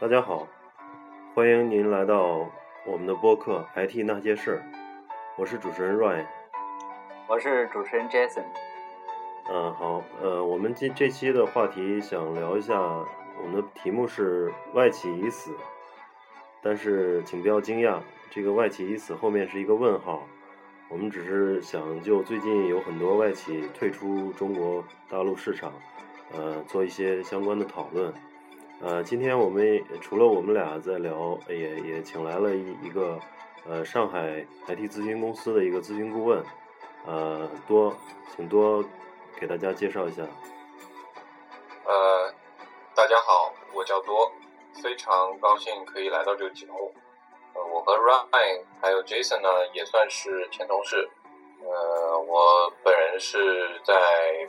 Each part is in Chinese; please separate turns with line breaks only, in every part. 大家好，欢迎您来到我们的播客《IT 那些事儿》，我是主持人 Ryan。
我是主持人 Jason。
嗯，好，呃，我们今这期的话题想聊一下，我们的题目是外企已死，但是请不要惊讶，这个外企已死后面是一个问号。我们只是想就最近有很多外企退出中国大陆市场，呃，做一些相关的讨论。呃，今天我们也除了我们俩在聊，也也请来了一一个呃上海 IT 咨询公司的一个咨询顾问，呃，多请多给大家介绍一下。
呃，大家好，我叫多，非常高兴可以来到这个节目。呃，我和 Ryan 还有 Jason 呢，也算是前同事。呃，我本人是在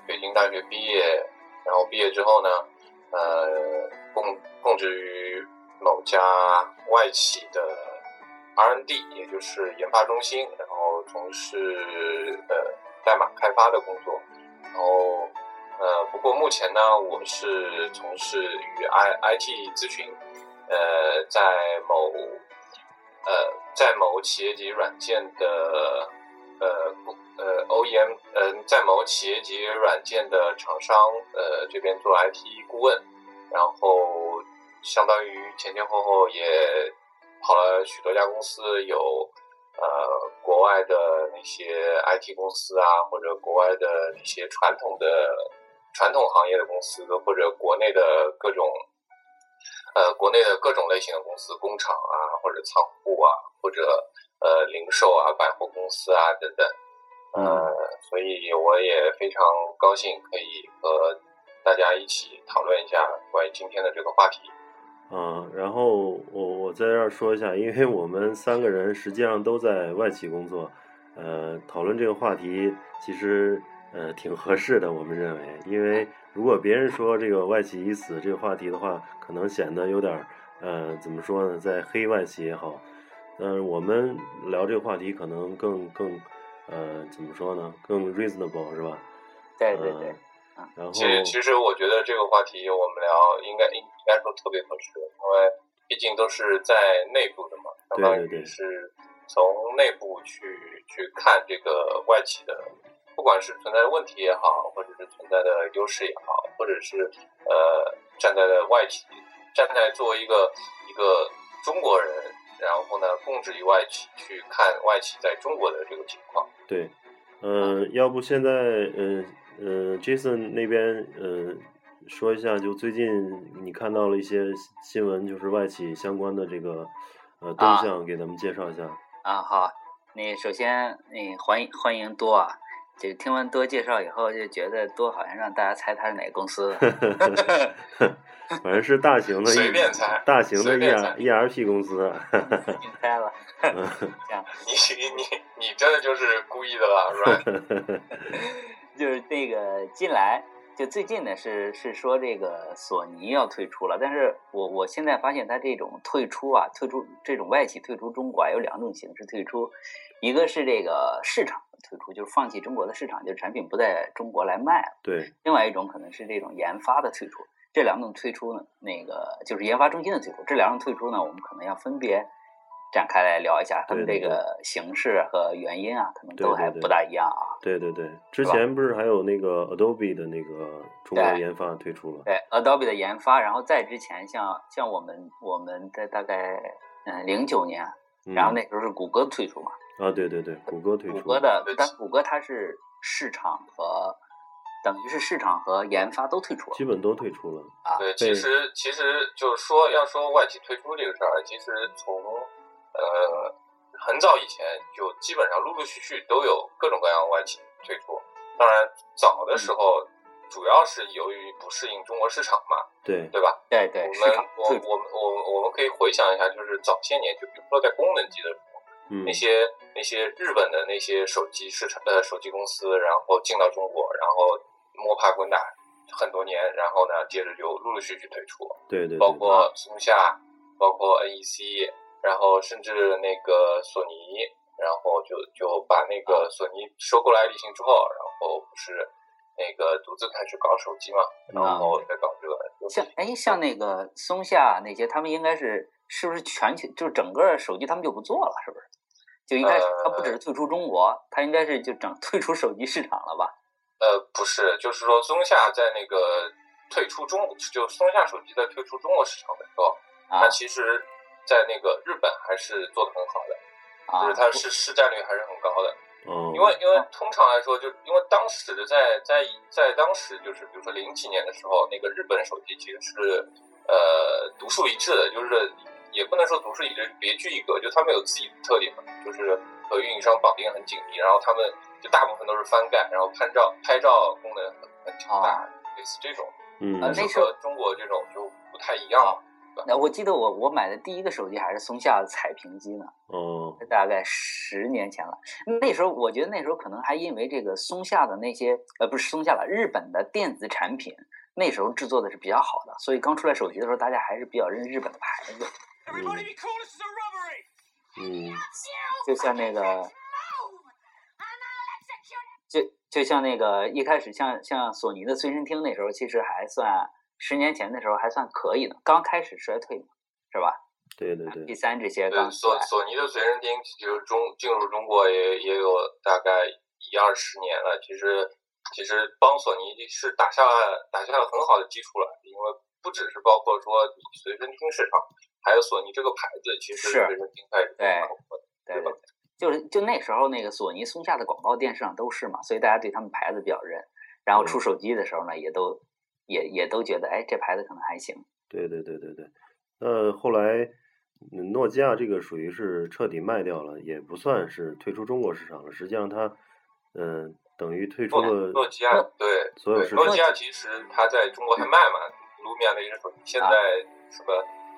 北京大学毕业，然后毕业之后呢，呃，供供职于某家外企的 R&D，也就是研发中心，然后从事呃代码开发的工作，然后呃，不过目前呢，我是从事于 I IT 咨询，呃，在某呃在某企业级软件的呃不呃 OEM 呃在某企业级软件的厂商呃这边做 IT 顾问，然后相当于前前后后也跑了许多家公司，有呃国外的那些 IT 公司啊，或者国外的那些传统的传统行业的公司，或者国内的各种呃国内的各种类型的公司，工厂啊，或者仓库啊，或者呃零售啊，百货公司啊等等。呃，所以我也非常高兴可以和大家一起讨论一下关于今天的这个话题。
啊，然后我我在这儿说一下，因为我们三个人实际上都在外企工作，呃，讨论这个话题其实呃挺合适的，我们认为，因为如果别人说这个外企已死这个话题的话，可能显得有点儿呃怎么说呢，在黑外企也好，但是我们聊这个话题可能更更呃怎么说呢，更 reasonable 是吧？
对啊对对
嗯，然后
其实，其实我觉得这个话题我们聊应该应应该说特别合适，因为毕竟都是在内部的嘛，相当
对对对
于是从内部去去看这个外企的，不管是存在的问题也好，或者是存在的优势也好，或者是呃站在的外企，站在作为一个一个中国人，然后呢供职于外企去看外企在中国的这个情况。
对，
嗯
呃，要不现在呃呃，Jason 那边呃说一下，就最近你看到了一些新闻，就是外企相关的这个呃动
啊
向，给咱们介绍一 下。
啊，好，那首先，那欢迎欢迎多啊，就听完多介绍以后，就觉得多好像让大家猜他是哪个公司 了。
反正是大型的
随
一
便猜
大型的
随便
ER
猜
ERP 公司。
你猜了，这样
你你你你真的就是故意的啦，是吧？
就是那个近来就最近呢是是说这个索尼要退出了，但是我我现在发现它这种退出啊，退出这种外企退出中国啊，有两种形式退出，一个是这个市场的退出，就是放弃中国的市场，就是产品不在中国来卖了。
对，
另外一种可能是这种研发的退出。这两种退出呢，那个就是研发中心的退出。这两种退出呢，我们可能要分别展开来聊一下，他们
对
这
对
个形式和原因啊，可能
对
都
对
还
对
不大一样啊。
对对对，之
是吧
前不是还有那个 Adobe 的那个中国
对
研发退出了？
对 Adobe 的研发，然后在之前像像我们我们在大概嗯零九年，
嗯
然后那时候是谷歌退出嘛，
啊，对对对，谷歌退出。
谷歌的
对，
但谷歌它是市场和等于是市场和研发都退出了
基本都退出了。
啊
对
对，其实其实就是说，要说外企退出这个事儿，啊其实从呃很早以前就基
嗯
本上陆陆续续都有各种各样的外企退出。当然，早的时候主要是由于不适应中国市场嘛，
对，
对吧？
对对，市场
我
退
们
出，
我我们我们我们可以回想一下，就是早些年，就比如说在功能机的时候，
嗯
那些那些日本的那些手机市场呃手机公司，然后进到中国，然后摸爬滚打很多年，然后呢，接着就陆陆续续退出，
对对
包
对，
括松下，包括 NEC，然后甚至那个索尼，然后就就把那
啊
个索尼收购来立行之后，然后不是那个独自开始搞手机嘛，然后再搞这个，就是
像哎像那个松下那些，他们应该是是不是全球就是整个手机他们就不做了，是不是？就应该是他不只是退出中国，他应该是就整退出手机市场了吧？
呃，不是，就是说松下在那个退出中，就松下手机在退出中国市场的时候，
啊
它其实，在那个日本还是做的很好的，
啊
就是，它是市占率还是很高的。
哦，
因为因为通常来说，就因为当时的在在在当时就是比如说零几年的时候，那个日本手机其实是呃独树一帜的，就是也不能说独树一帜，别具一格，就他们有自己的特点嘛，就是和运营商绑定很紧密，然后他们就大部分都是翻盖，然后拍照拍照功能很很强大，
啊
类似这种，
哦嗯
啊
但
那
是
时候
和中国这种就不太一样了。
那我记得我我买的第一个手机还是松下的彩屏机呢，
哦，
大概十年前了。那时候我觉得那时候可能还因为这个松下的那些呃不是松下了，日本的电子产品那时候制作的是比较好的，所以刚出来手机的时候，大家还是比较认日本的牌子，
Everybody be cool, this is a robbery!
嗯
就像那个
Move! I'm not electrocuted!
就就像那个一开始像像索尼的随身听那时候其实还算十年前的时候还算可以的，刚开始衰退嘛，是吧
对对
？P
对，
三这些
嗯对，
刚出
索
来，
索尼的随身听就是中进入中国也也有大概一二十年了。其实其实帮索尼是打下了打下了很好的基础了，因为不只是包括说你随身听市场，还有索尼这个牌子，其实
是
随身听开始
对
很火的
对对对，就是就那时候那个索尼、松下的广告电视上都是嘛，所以大家对他们牌子比较认。然后
嗯
出手机的时候呢，也都也也都觉得，哎，这牌子可能还行。
对对对对对。那后来，嗯诺基亚这个属于是彻底卖掉了，也不算是退出中国市场了。实际上它，嗯、等于退出
诺诺
了，
基亚
诺
对
所有
对，
市
诺
场
基亚其实它在中国还卖嘛，卢米亚的一只手机，现在
啊
什么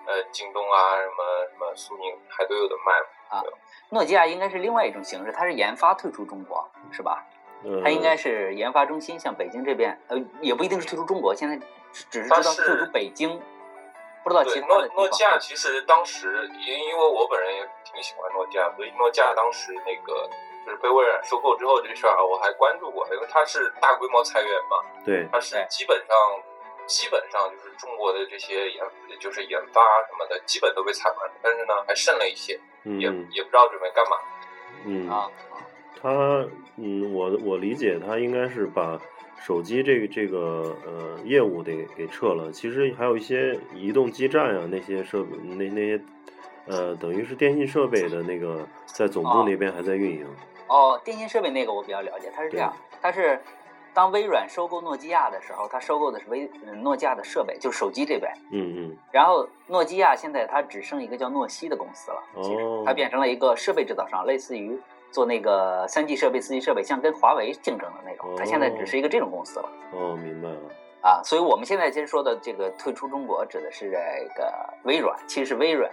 呃京东啊，什么什么苏宁还都有的卖嘛。
诺基亚应该是另外一种形式，它是研发退出中国，是吧？
呃，
它应该是研发中心，像北京这边，呃，也不一定是退出中国，现在只只是知
它
道
是
退出北京，不知道其
对，
他
诺
的地
诺基亚
方。
其实当时，因因为我本人也挺喜欢诺基亚，所以诺基亚当时那个就是被微软收购之后这事儿啊，我还关注过，因为它是大规模裁员嘛，
对，
它是
对
基本上基本上就是中国的这些研就是研发什么的，基本都被裁完了，但是呢还剩了一些，也
嗯
也不知道准备干嘛。
嗯，
啊，
它，嗯，我我理解它应该是把手机这个这个呃业务得给撤了。其实还有一些移动基站啊，那些设备，那那些呃，等于是电信设备的那个，在总部
哦
那边还在运营。
哦，电信设备那个我比较了解，它是这
对
样，它是当微软收购诺基亚的时候，它收购的是微呃诺基亚的设备，就是手机这边。
嗯嗯，
然后诺基亚现在它只剩一个叫诺西的公司了，其实
哦
它变成了一个设备制造商，类似于做那个三 G 设备、四 G 设备，像跟华为竞争的那种。它现在只是一个这种公司了
哦，明白了。
啊，所以我们现在其实说的这个退出中国，指的是这个微软，其实是微软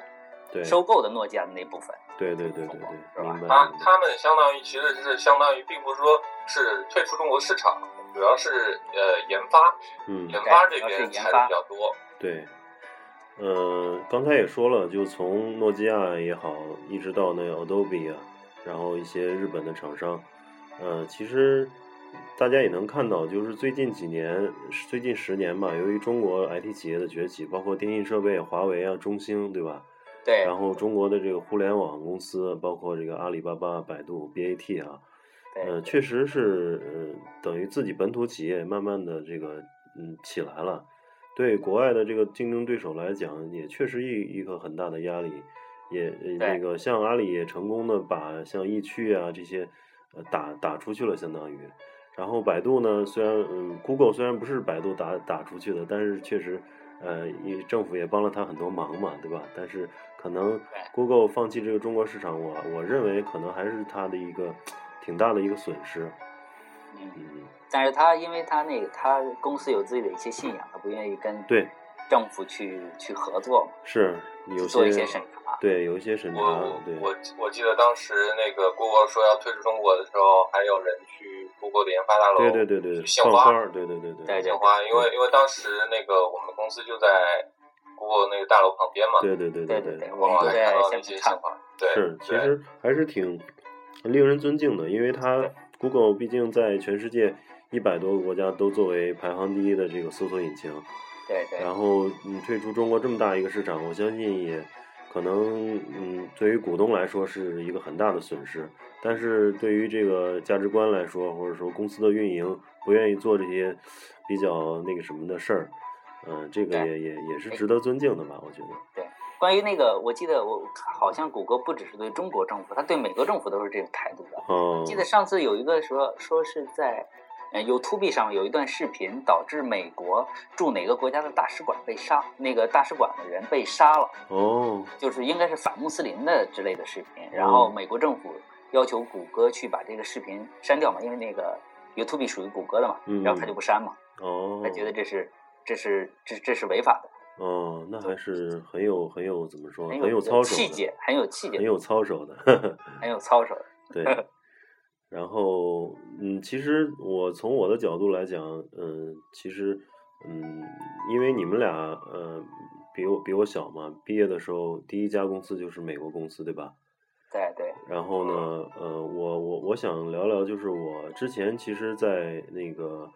对，
收购的诺基亚的那部分。
对对对对
是
对，明白
吧
明
他
白。
他们相当于其实是相当于，并不是说是退出中国市场，主要是呃研发
嗯，
研发
对
这
主要是
边
研
裁的
发
比较多。
对。呃，刚才也说了，就从诺基亚也好，一直到那 Adobe 啊，然后一些日本的厂商，呃，其实大家也能看到，就是最近几年，最近十年吧，由于中国 IT 企业的崛起，包括电信设备、华为啊、中兴，对吧？
对
然后中国的这个互联网公司，包括这个阿里巴巴、百度、BAT 啊，呃，
对
确实是，呃，等于自己本土企业慢慢的这个嗯起来了，对国外的这个竞争对手来讲，也确实一一个很大的压力，也呃那
对
个像阿里也成功的把像易趣啊这些呃打打出去了，相当于。然后百度呢，虽然嗯，Google 虽然不是百度打打出去的，但是确实，呃，也政府也帮了他很多忙嘛，对吧？但是可能 Google 放弃这个中国市场，我我认为可能还是它的一个挺大的一个损失。
嗯，
嗯，
但是他因为他那个他公司有自己的一些信仰，他不愿意跟
对，
政府去去合作嘛，
是有
做一些
些
审查。
对有一些审查
我我，
对，
我我记得当时那个 Google 说要退出中国的时候，还有人去 Google 的研发大楼
对对对对，
献
放
花
花儿，对对对对
对
对
鲜花，因为因为当时那个我们公司就在 Google 那个大楼旁边嘛，
对对对
对
对
对，我
我
们
们
都
还看
在
到
现
那
场
些
看
鲜
过。
花，对，
是，其
对
实还是挺令人尊敬的，因为它
对
Google 毕竟在全世界一百多个国家都作为排行第一的这个搜索引擎，
对对，
然后你退出中国这么大一个市场，我相信也可能嗯，对于股东来说是一个很大的损失，但是对于这个价值观来说，或者说公司的运营不愿意做这些比较那个什么的事儿，嗯、这个也
对
也也是值得尊敬的吧，我觉得。
关于那个，我记得我好像谷歌不只是对中国政府，他对每个政府都是这种态度的。
嗯，
记得上次有一个说说是在，呃，YouTube 上有一段视频导致美国驻哪个国家的大使馆被杀，那个大使馆的人被杀了，
哦，
就是应该是反穆斯林的之类的视频。然后
嗯
美国政府要求谷歌去把这个视频删掉嘛，因为那个 YouTube 属于谷歌的嘛
嗯，
然后他就不删嘛，
哦，
他觉得这是这是这这是违法的，
哦，那还
对
是很有很有怎么说，
很
嗯很有操守
气
的，
节，很有气节
很，有操守的，
很有操守的。
对。 然后，嗯，其实我从我的角度来讲，嗯，其实，嗯，因为你们俩，呃，比我比我小嘛，毕业的时候第一家公司就是美国公司，对吧？
对对，
然后呢，呃，我我我想聊聊，就是我之前其实，在那个，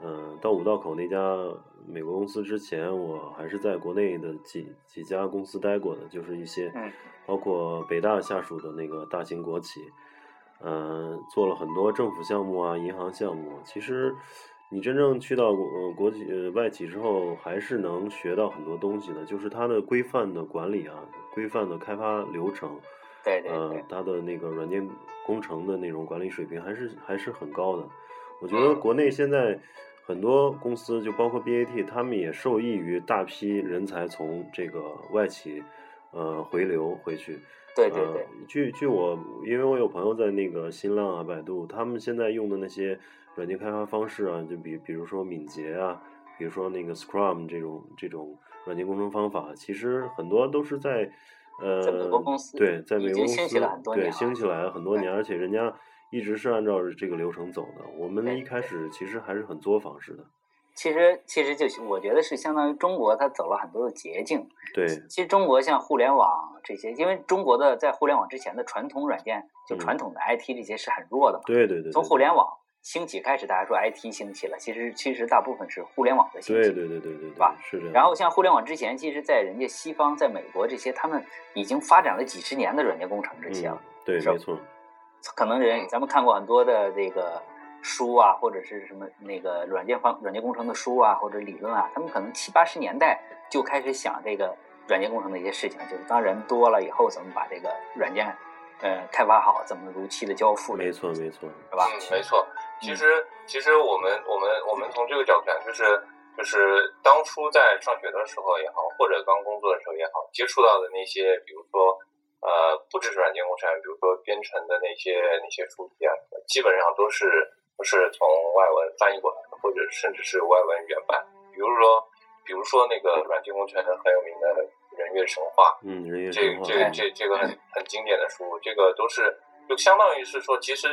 呃，到五道口那家美国公司之前，我还是在国内的几几家公司待过的，就是一些，
嗯
包括北大下属的那个大型国企，嗯、做了很多政府项目啊、银行项目。其实，你真正去到国呃国企呃外企之后，还是能学到很多东西的，就是它的规范的管理啊，规范的开发流程。
对对
呃
对，，
它的那个软件工程的那种管理水平还是还是很高的。我觉
嗯
得国内现在很多公司，就包括 BAT，他们也受益于大批人才从这个外企呃回流回去。
对对对，
呃、据据我，因为我有朋友在那个新浪啊、百度，他们现在用的那些软件开发方式啊，就比比如说敏捷啊，比如说那个 Scrum 这种这种软件工程方法，其实很多都是在呃
在美国公司
对，在
已
美国
经
公司
兴起了很多
对
年了
兴起来很多
对
年，而且人家一直是按照这个流程走的。我们
对
一开始其实还是很作坊式的，
其实其实就是我觉得是相当于中国它走了很多的捷径。
对
其实中国像互联网这些，因为中国的在互联网之前的传统软件，就
嗯
传统的 IT 这些是很弱的嘛。
对对对，
从
对
互联网兴起开始，大家说 IT 兴起了，其实其实大部分是互联网的兴
对
起。
对对对对对
吧，
是这样。
然后像互联网之前，其实，在人家西方，在美国这些，他们已经发展了几十年的软件工程这些了
嗯。，对，
是吧
没错，
可能人咱们看过很多的这个书啊，或者是什么那个软件方软件工程的书啊，或者理论啊，他们可能七八十年代就开始想这个软件工程的一些事情，就是当人多了以后，怎么把这个软件呃开发好，怎么如期的交付，
没错没错，
是吧？
嗯，没错。其实，其实我们我们我们从这个角度讲，就是就是当初在上学的时候也好，或者刚工作的时候也好，接触到的那些，比如说呃，不只是软件工程，比如说编程的那些那些书籍啊，基本上都是都是从外文翻译过来的，或者甚至是外文原版。比如说，比如说那个软件工程很有名的《人月神话》，
嗯，人也
这
神话，
这这这个
嗯
很很经典的书，这个都是就相当于是说，其实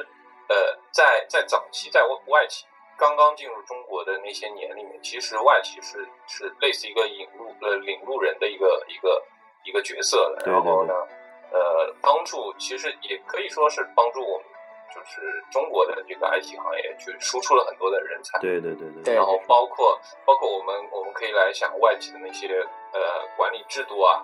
呃，在在早期在外外企刚刚进入中国的那些年里面，其实外企是是类似一个引路呃领路人的一个一个一个角色的，
对
然后呢，呃，帮助其实也可以说是帮助我们就是中国的这个 IT 行业去输出了很多的人才，
对对对对
对
然后包括包括我们我们可以来想外企的那些呃管理制度啊，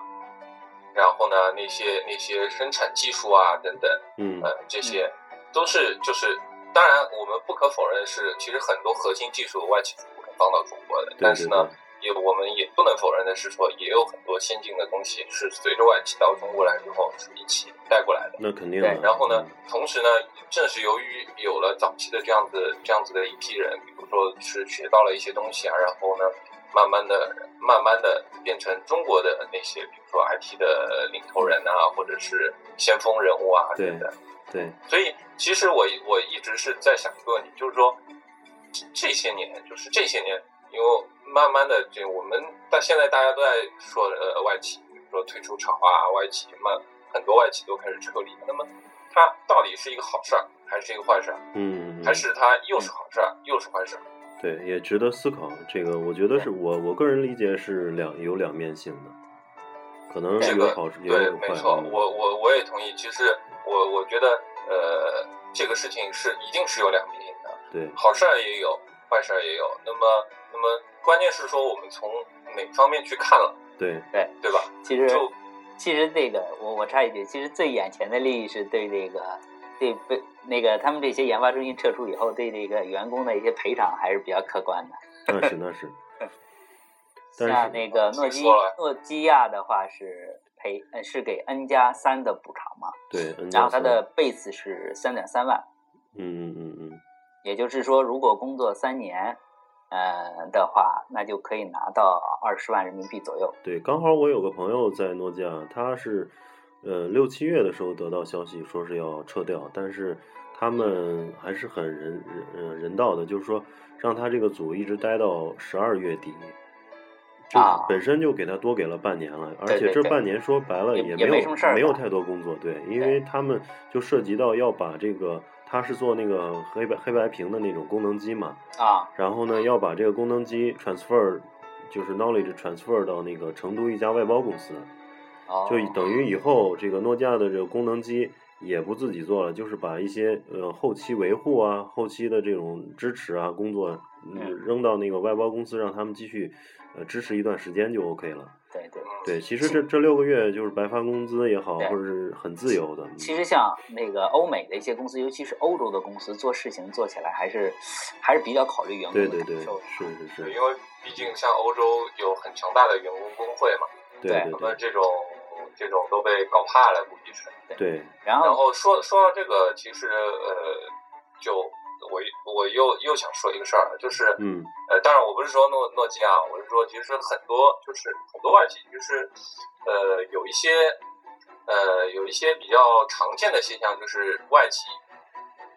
然后呢那些那些生产技术啊等等，
嗯
呃这些都是就是当然我们不可否认是其实很多核心技术外企是不能放到中国的，
对
但是
对
呢
对。
也我们也不能否认的是说，也有很多先进的东西是随着外企到中国来之后是一起带过来的。
那肯定
对
的
然后呢
嗯，
同时呢，正是由于有了早期的这样子这样子的一批人，比如说是学到了一些东西啊，然后呢，慢慢的、慢慢的变成中国的那些，比如说 IT 的领头人啊，或者是先锋人物啊
对
等等。
对，
所以其实我我一直是在想一个问题，就是说这这些年，就是这些年，因为慢慢的，这我们但现在大家都在说呃外企，比如说退出潮啊，外企慢很多外企都开始撤离，那么它到底是一个好事儿还是一个坏事儿，
嗯，嗯
还是它又是好事儿又是坏事儿？
对，也值得思考。这个我觉得是我我个人理解是两有两面性的，可能
这
有
个
好也
对
有，坏。
没错，
嗯
我我我也同意。其实我我觉得呃这个事情是一定是有两面性的。
对
好事儿也有，坏事儿也有。那么，那么关键是说我们从哪方面去看了，
对
对吧？
其实
就
其实这个我我插一句，其实最眼前的利益是对这个对被那个他们这些研发中心撤出以后，对这个员工的一些赔偿还是比较可观的。
那是那 是，但是
像那个诺基
听说了
诺基亚的话是赔呃是给 N 加三的补偿嘛，
对。N 嗯
然
加
后它
三
的 base 是三点三万，
嗯嗯嗯嗯，
也就是说如果工作三年，呃的话，那就可以拿到二十万人民币左右。
对，刚好我有个朋友在诺基亚，他是呃六七月的时候得到消息说是要撤掉，但是他们还是很人人呃人道的，就是说让他这个组一直待到十二月底。就是
啊
本身就给他多给了半年了，而
对
且
对
这
对
半年说白了
也
没
也
有
没什么事儿
没有
干
太多工作，对，因为他们就涉及到要把这个他是做那个黑白黑白屏的那种功能机嘛，
啊
然后呢，要把这个功能机 transfer，就是 knowledge transfer 到那个成都一家外包公司，
哦，
就等于以后这个诺基亚的这个功能机也不自己做了，就是把一些呃后期维护啊、后期的这种支持啊工作、嗯
嗯
扔到那个外包公司，让他们继续呃支持一段时间就 OK 了。
对对。
嗯
对，其实这这六个月就是白发工资也好，
对
或者是很自由的。嗯
其实像那个欧美的一些公司，尤其是欧洲的公司，做事情做起来还是还是比较考虑员工
对
的
对
感
对，
受的。
是是是，
因为毕竟像欧洲有很强大的员工工会嘛，
对
对
对
那么这种这种都被搞怕了，估计是。
对
然
然
后
后说说到这个，其实呃，就我我又又想说一个事儿，就是
嗯
呃，当然我不是说诺诺基亚，我是说其实很多就是很多外企，就是呃有一些呃有一些比较常见的现象，就是外企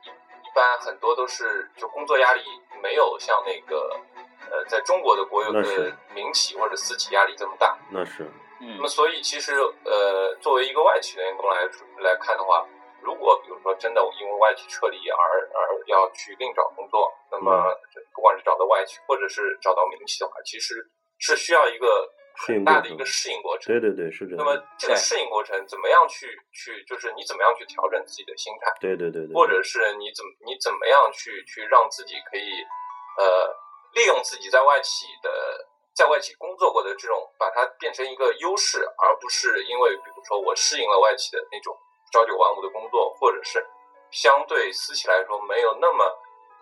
一一般很多都是就工作压力没有像那个呃在中国的国有
那是
的民企或者私企压力这么大。
那是
嗯
那么，所以其实呃，作为一个外企的员工来说来看的话，如果比如说真的因为外企撤离而而要去另找工作，那么
嗯
这不管是找到外企或者是找到民企的话，其实是需要一个
适应
很
过
大的
程
一个适应过程。
对对对是这
那
样
么
的，
这个
对
适应过程怎么样去去，就是你怎么样去调整自己的心态，
对对对对，
或者是你怎么你怎么样去去让自己可以呃利用自己在外企的在外企工作过的这种，把它变成一个优势，而不是因为比如说我适应了外企的那种朝九晚五的工作，或者是相对私企来说没有那么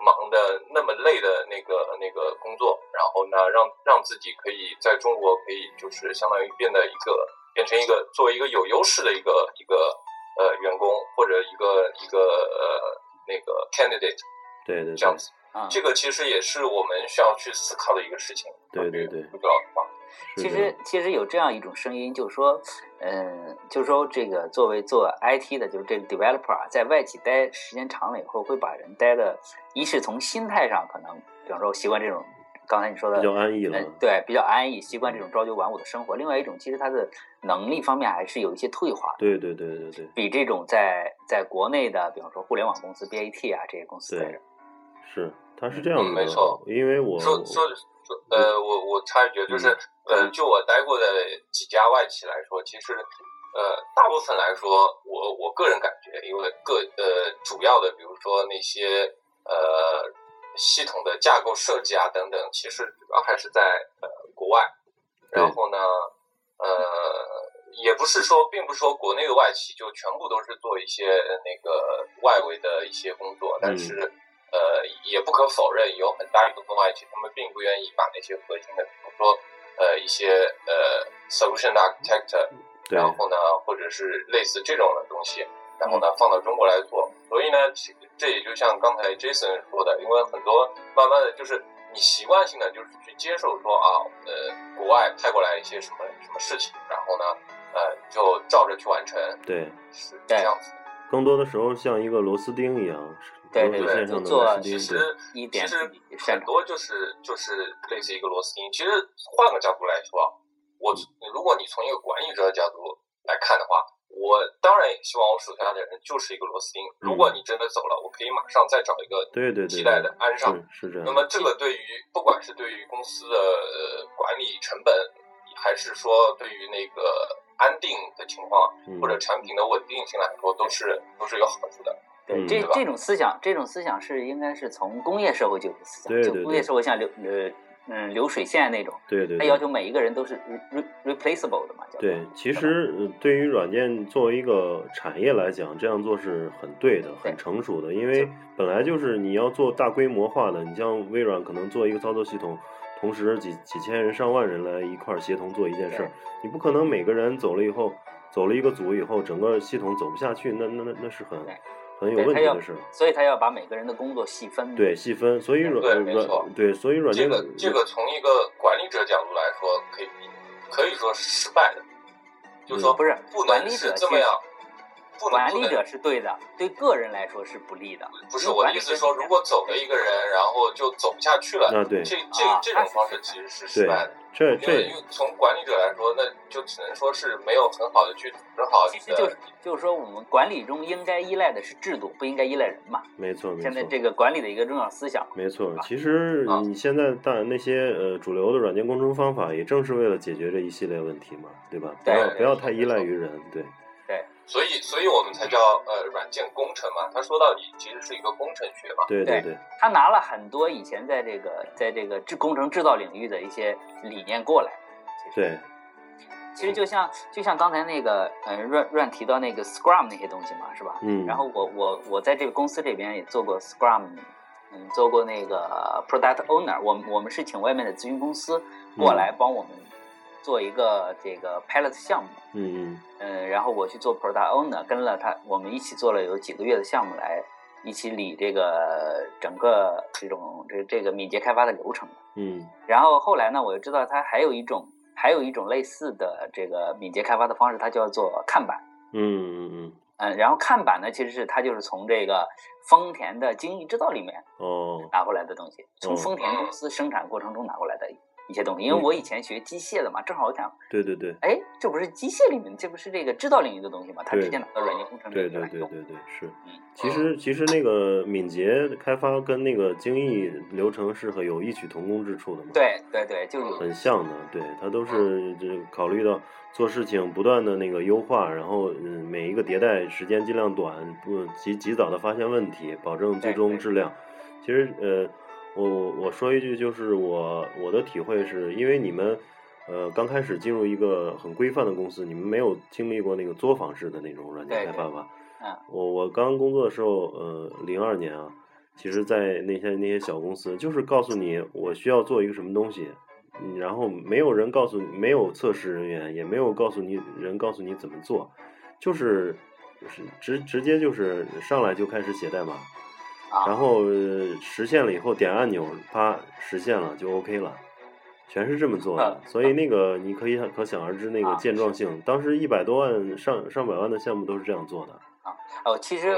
忙的那么累的那个那个工作，然后呢让让自己可以在中国可以就是相当于变得一个变成一个作为一个有优势的一个一个呃员工或者一个一个呃那个 candidate
对对
这
对
样。子。
啊，
这个其实也是我们需要去思考的一个事情。
对对对
不知道是吧？
是
其
这样
实其实有这样一种声音，就是说，嗯，就是说这个作为做 IT 的，就是这个 developer 啊，在外企待时间长了以后，会把人待的，一是从心态上可能，比方说习惯这种刚才你说的
比较安逸了
呃，，对，比较安逸，习惯这种朝九晚五的生活。另外一种，其实他的能力方面还是有一些退化的，
对对对对对，
比这种在在国内的，比方说互联网公司 BAT 啊这些公司
对
在这儿
是，他是这样
嗯
子的，
没错
因为我嗯
说说说，呃，我我插一句，就是呃，就我待过的几家外企来说，其实呃，大部分来说，我我个人感觉，因为各呃主要的，比如说那些呃系统的架构设计啊等等，其实主要还是在呃国外。
对
然后呢，呃，也不是说，并不是说国内的外企就全部都是做一些呃那个外围的一些工作，但是、呃，也不可否认，有很大一部分外企他们并不愿意把那些核心的，比如说呃一些呃 solution architect，
对
然后呢，或者是类似这种的东西，然后呢放到中国来做。所以呢，其这也就像刚才 Jason 说的，因为很多慢慢的就是你习惯性的就是去接受说啊，呃，国外派过来一些什么什么事情，然后呢，呃，就照着去完成，
对，
是这样子。
更多的时候像一个螺丝钉一样，是
对
螺
对
丝
对
线上
就
的
做
螺丝
其
钉。
实
对
一
其
点
实
自己擅
很
长。
多就是就是类似一个螺丝钉。其实换个角度来说啊，我如果你从一个管理者的角度来看的话，我当然也希望我手下的人就是一个螺丝钉。如果你真的走了，我可以马上再找一个
对对对
替代
对，
的安上。
是是这
那
样
么
的。
这个对于不管是对于公司的呃管理成本，还是说对于那个安定的情况
嗯
或者产品的稳定性来说，都是都是有好处的。
对，
嗯
这
对吧
这种思想，这种思想是应该是从工业社会就有的思想，
对
就
对
工
对
业社会像流呃嗯流水线那种，
对对
它
对，
要求每一个人都是 re re- replaceable 的嘛，叫做
对，其实呃对于软件作为一个产业来讲，这样做是很对的、很成熟的，因为本来就是你要做大规模化的，你像微软可能做一个操作系统，同时几几千人、上万人来一块儿协同做一件事儿，你不可能每个人走了以后，走了一个组以后，整个系统走不下去，那那那那是很
对
很有
对
问
它
题
要
的事儿。
所以他要把每个人的工作细分。
对，细分，所以
对
软呃
没
软
错
对，所以软
这
件
个这个从一个管理者角度来说，可以可以说是失败的，就是说
不
嗯
是
不
管
能
理
是
者
这么样，不能
管
不
理
能
者是对的，对个人来说是不利的。
不是我的意思是说，如果走了一个人，然后就走不下去了，
啊，对
这这
啊
这种方式其实是失
对
败的。，
这
因为
这
因为从管理者来说，那就只能说是没有很好的去组织好
其
你
实就
的
是就是说，我们管理中应该依赖的是制度，不应该依赖人嘛。
没错没错。
现在这个管理的一个重要思想。
没错
吧，
其实
啊
你现在大那些呃主流的软件工程方法，也正是为了解决这一系列问题嘛，对吧？不
对
要
对
不要
对
太
没
依赖
错
于人，对
所以，所以我们才叫呃软件工程嘛。它说到底其实是一个工程学嘛。
对
对
对，
他拿了很多以前在这个在这个制工程制造领域的一些理念过来。其实，
对
其实就像就像刚才那个呃乱乱提到那个 Scrum 那些东西嘛，是吧？
嗯，
然后我我我在这个公司这边也做过 Scrum，嗯，做过那个 Product Owner，我们我们是请外面的咨询公司过来帮我们做一个这个 Pilot 项目，
嗯嗯
嗯，然后我去做 Product Owner，跟了他，我们一起做了有几个月的项目来一起理这个整个这种这这个敏捷开发的流程。
嗯
然后后来呢，我就知道它还有一种还有一种类似的这个敏捷开发的方式，它叫做看板。
嗯嗯嗯，
嗯，然后看板呢，其实是它就是从这个丰田的精益制造里面
哦，
拿过来的东西，从
嗯
丰田公司生产过程中拿过来的一些东西。因为
嗯
我以前学机械的嘛，正好我想，
对对对
哎，这不是机械领域，这不是这个制造领域的东西嘛？它
对
直接拿到软件工程领
对
域
对
来
对
用。
对对是
嗯。
其实其实那个敏捷开发跟那个精益流程是很有异曲同工之处的嘛，
对对对，就是有
很像的，对，它都是这个考虑到做事情不断的那个优化，然后嗯，每一个迭代时间尽量短，不及及早的发现问题，保证最
对
终
对
质量。其实呃，我我说一句，就是我我的体会是因为你们呃刚开始进入一个很规范的公司，你们没有经历过那个作坊式的那种软件
对
开
对
发吧？
嗯
我我刚工作的时候，呃，零二年啊，其实，在那些那些小公司，就是告诉你我需要做一个什么东西，嗯然后没有人告诉你，没有测试人员，也没有告诉你人告诉你怎么做，就是是直直接就是上来就开始写代码，然
啊，
后、呃实现了以后点按钮，啪实现了就 OK 了，全是这么做的。所以那个你可以可想而知那个
嗯啊
健壮性，当时一百多万上上百万的项目都是这样做的。
哦，其实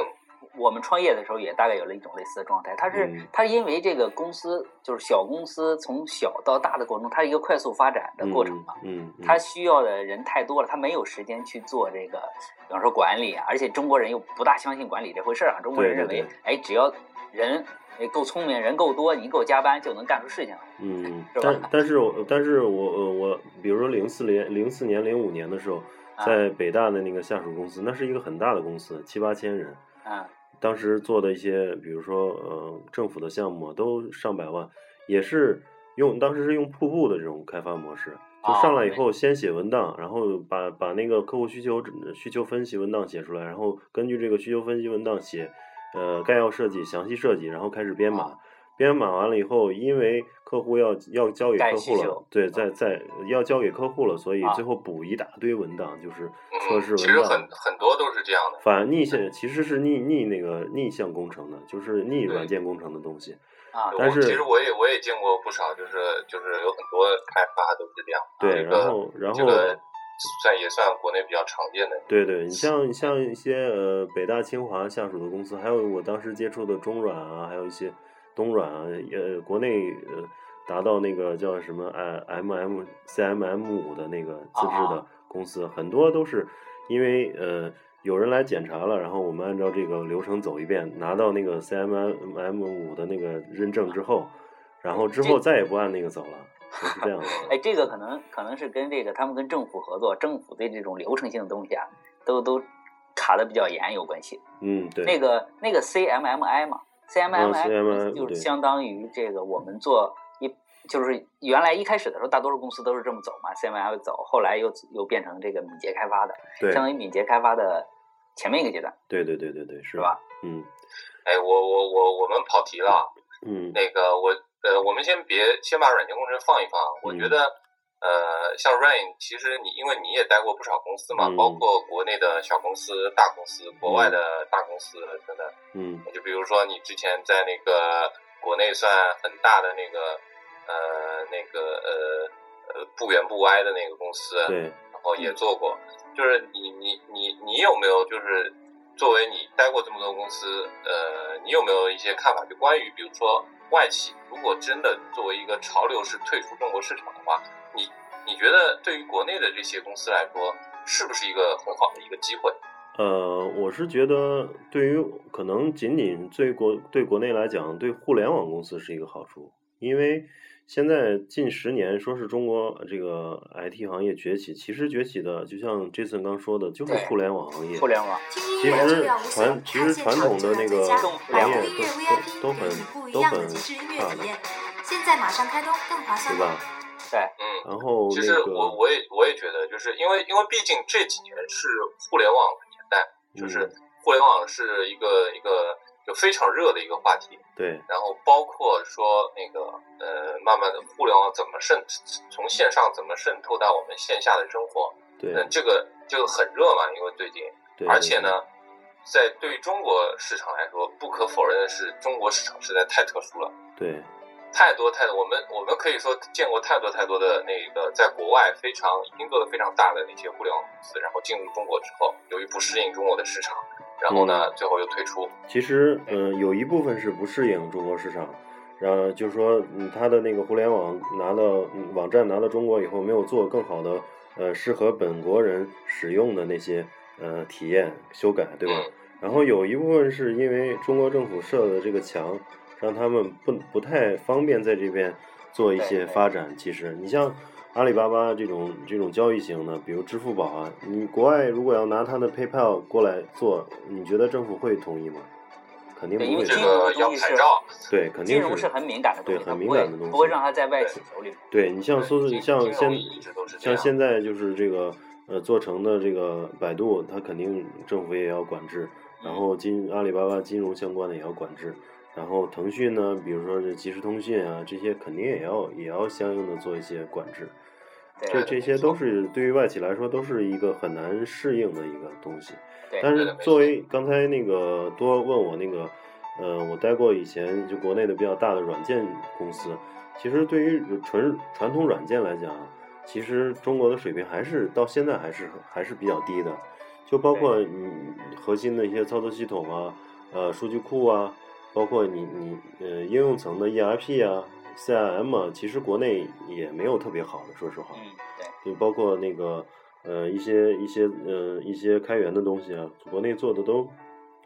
我们创业的时候也大概有了一种类似的状态。它是、
嗯
它是因为这个公司就是小公司从小到大的过程中，它是一个快速发展的过程嘛。
嗯，嗯嗯
它需要的人太多了，他没有时间去做这个，比方说管理啊，而且中国人又不大相信管理这回事儿啊。中国人
对
认
对
为，哎，只要人哎够聪明，人够多，你给我加班就能干出事情来。
嗯，
是吧
但但是我但是我呃我，比如说零四年、零四年、零五年的时候，
啊
在北大的那个下属公司，那是一个很大的公司，七八千人。
嗯，
当时做的一些，比如说呃政府的项目啊都上百万，也是用当时是用瀑布的这种开发模式，就
哦
上来以后先写文档，然后把把那个客户需求需求分析文档写出来，然后根据这个需求分析文档写呃概要设计、详细设计，然后开始编码
哦。
编码完了以后，因为客户要要交给
改
客
需
户了
求，嗯
对，再再要交给客户了，所以
啊
最后补一大堆文档，就是测试文档。
嗯，其实很很多都是这样的。
反逆向其实是逆逆那个逆向工程的，就是逆
对
软件工程的东西。
啊，
但
我
是
其实我也我也见过不少，就是就是有很多开发都是这样。
对，
这个
然后然
这
后
个算也算国内比较常见的。
对对，你像你像一些呃北大清华下属的公司，还有我当时接触的中软啊，还有一些东软啊，呃，国内呃达到那个叫什么呃 M M C M M 五的那个资质
啊
的公司，很多都是因为呃有人来检查了，然后我们按照这个流程走一遍，拿到那个 C M M 五的那个认证之后，然后之后再也不按那个走了，就是这样的。
哎，这个可能可能是跟这个他们跟政府合作，政府对这种流程性的东西啊，都都卡的比较严有关系。
嗯，对。
那个那个 CMMI
啊
嘛
，CMMI
，CMMI 就
对
是相当于这个我们做一就是原来一开始的时候，大多数公司都是这么走嘛，CMMI 走，后来又又变成这个敏捷开发的，
对
相当于敏捷开发的前面一个阶段，
对对对对对，是
是吧？？
嗯
哎，我我我我们跑题了啊。
嗯
那个我呃，我们先别先把软件工程放一放，啊我
嗯
觉得。呃，像 Rain，其实你因为你也待过不少公司嘛，
嗯
包括国内的小公司、大公司、国外的大公司等等。
嗯
就比如说你之前在那个国内算很大的那个呃那个呃呃不远不歪的那个公司，然
对，
后也做过，就是你你你你有没有就是作为你待过这么多公司，呃，你有没有一些看法？就关于比如说外企，如果真的作为一个潮流式退出中国市场的话，你你觉得对于国内的这些公司来说，是不是一个很好的一个机会？
呃，我是觉得对于可能仅仅对国对国内来讲，对互联网公司是一个好处，因为现在近十年说是中国这个 IT 行业崛起，其实崛起的就像 Jason 刚说的，就是
对
互联网行业。
互联网。
其实传其实传统的那个行业都都都很都很差的，
现在马上开通更划算
对
了。
吧？
嗯，
然后
其
那
实我
个
我也我也觉得，就是因为因为毕竟这几年是互联网的年代，就是
嗯
互联网是一个一个就非常热的一个话题。
对
然后包括说那个呃，慢慢的互联网怎么渗从线上怎么渗透到我们线下的生活，
对
嗯，这个这个很热嘛，因为最近，
对，
而且呢。在对于中国市场来说，不可否认的是，中国市场实在太特殊了。
对
太多太多，我们我们可以说见过太多太多的那个在国外非常已经做的非常大的那些互联网公司，然后进入中国之后，由于不适应中国的市场，然
嗯
后呢，最后又退出。
其实，嗯、有一部分是不适应中国市场，然后就是说，嗯，它的那个互联网拿到嗯网站拿到中国以后，没有做更好的，呃，适合本国人使用的那些呃体验修改，对吧？
嗯
然后有一部分是因为中国政府设的这个墙，让他们不不太方便在这边做一些发展。其实，你像阿里巴巴这种这种交易型的，比如支付宝啊，你国外如果要拿它的 PayPal 过来做，你觉得政府会同意吗？肯定不
对因
会
为
同意
金
这
融
个
的
要
东西
牌
是
照，
对，肯
金
定
融是很敏感的东西，
对
它
很
不
敏
会
感的东西
不会让它在外企手里。
对你像说
嗯金
像
金融
现
一直都是这
像
样。
现在就是这个呃做成的这个百度，它肯定政府也要管制，然后金阿里巴巴金融相关的也要管制，然后腾讯呢，比如说这即时通讯啊，这些肯定也要也要相应的做一些管制，这
对
这些都是对于外企来说都是一个很难适应的一个东西。
对，
但
对
是
的没
作
错
为刚才那个多问我那个，呃，我待过以前就国内的比较大的软件公司，其实对于纯传统软件来讲，其实中国的水平还是到现在还是还是比较低的，就包括你核心的一些操作系统啊，呃，数据库啊，包括你你呃应用层的 ERP 啊、CRM 啊，其实国内也没有特别好的，说实话。
嗯，对。
就包括那个呃一些一些呃一些开源的东西啊，国内做的都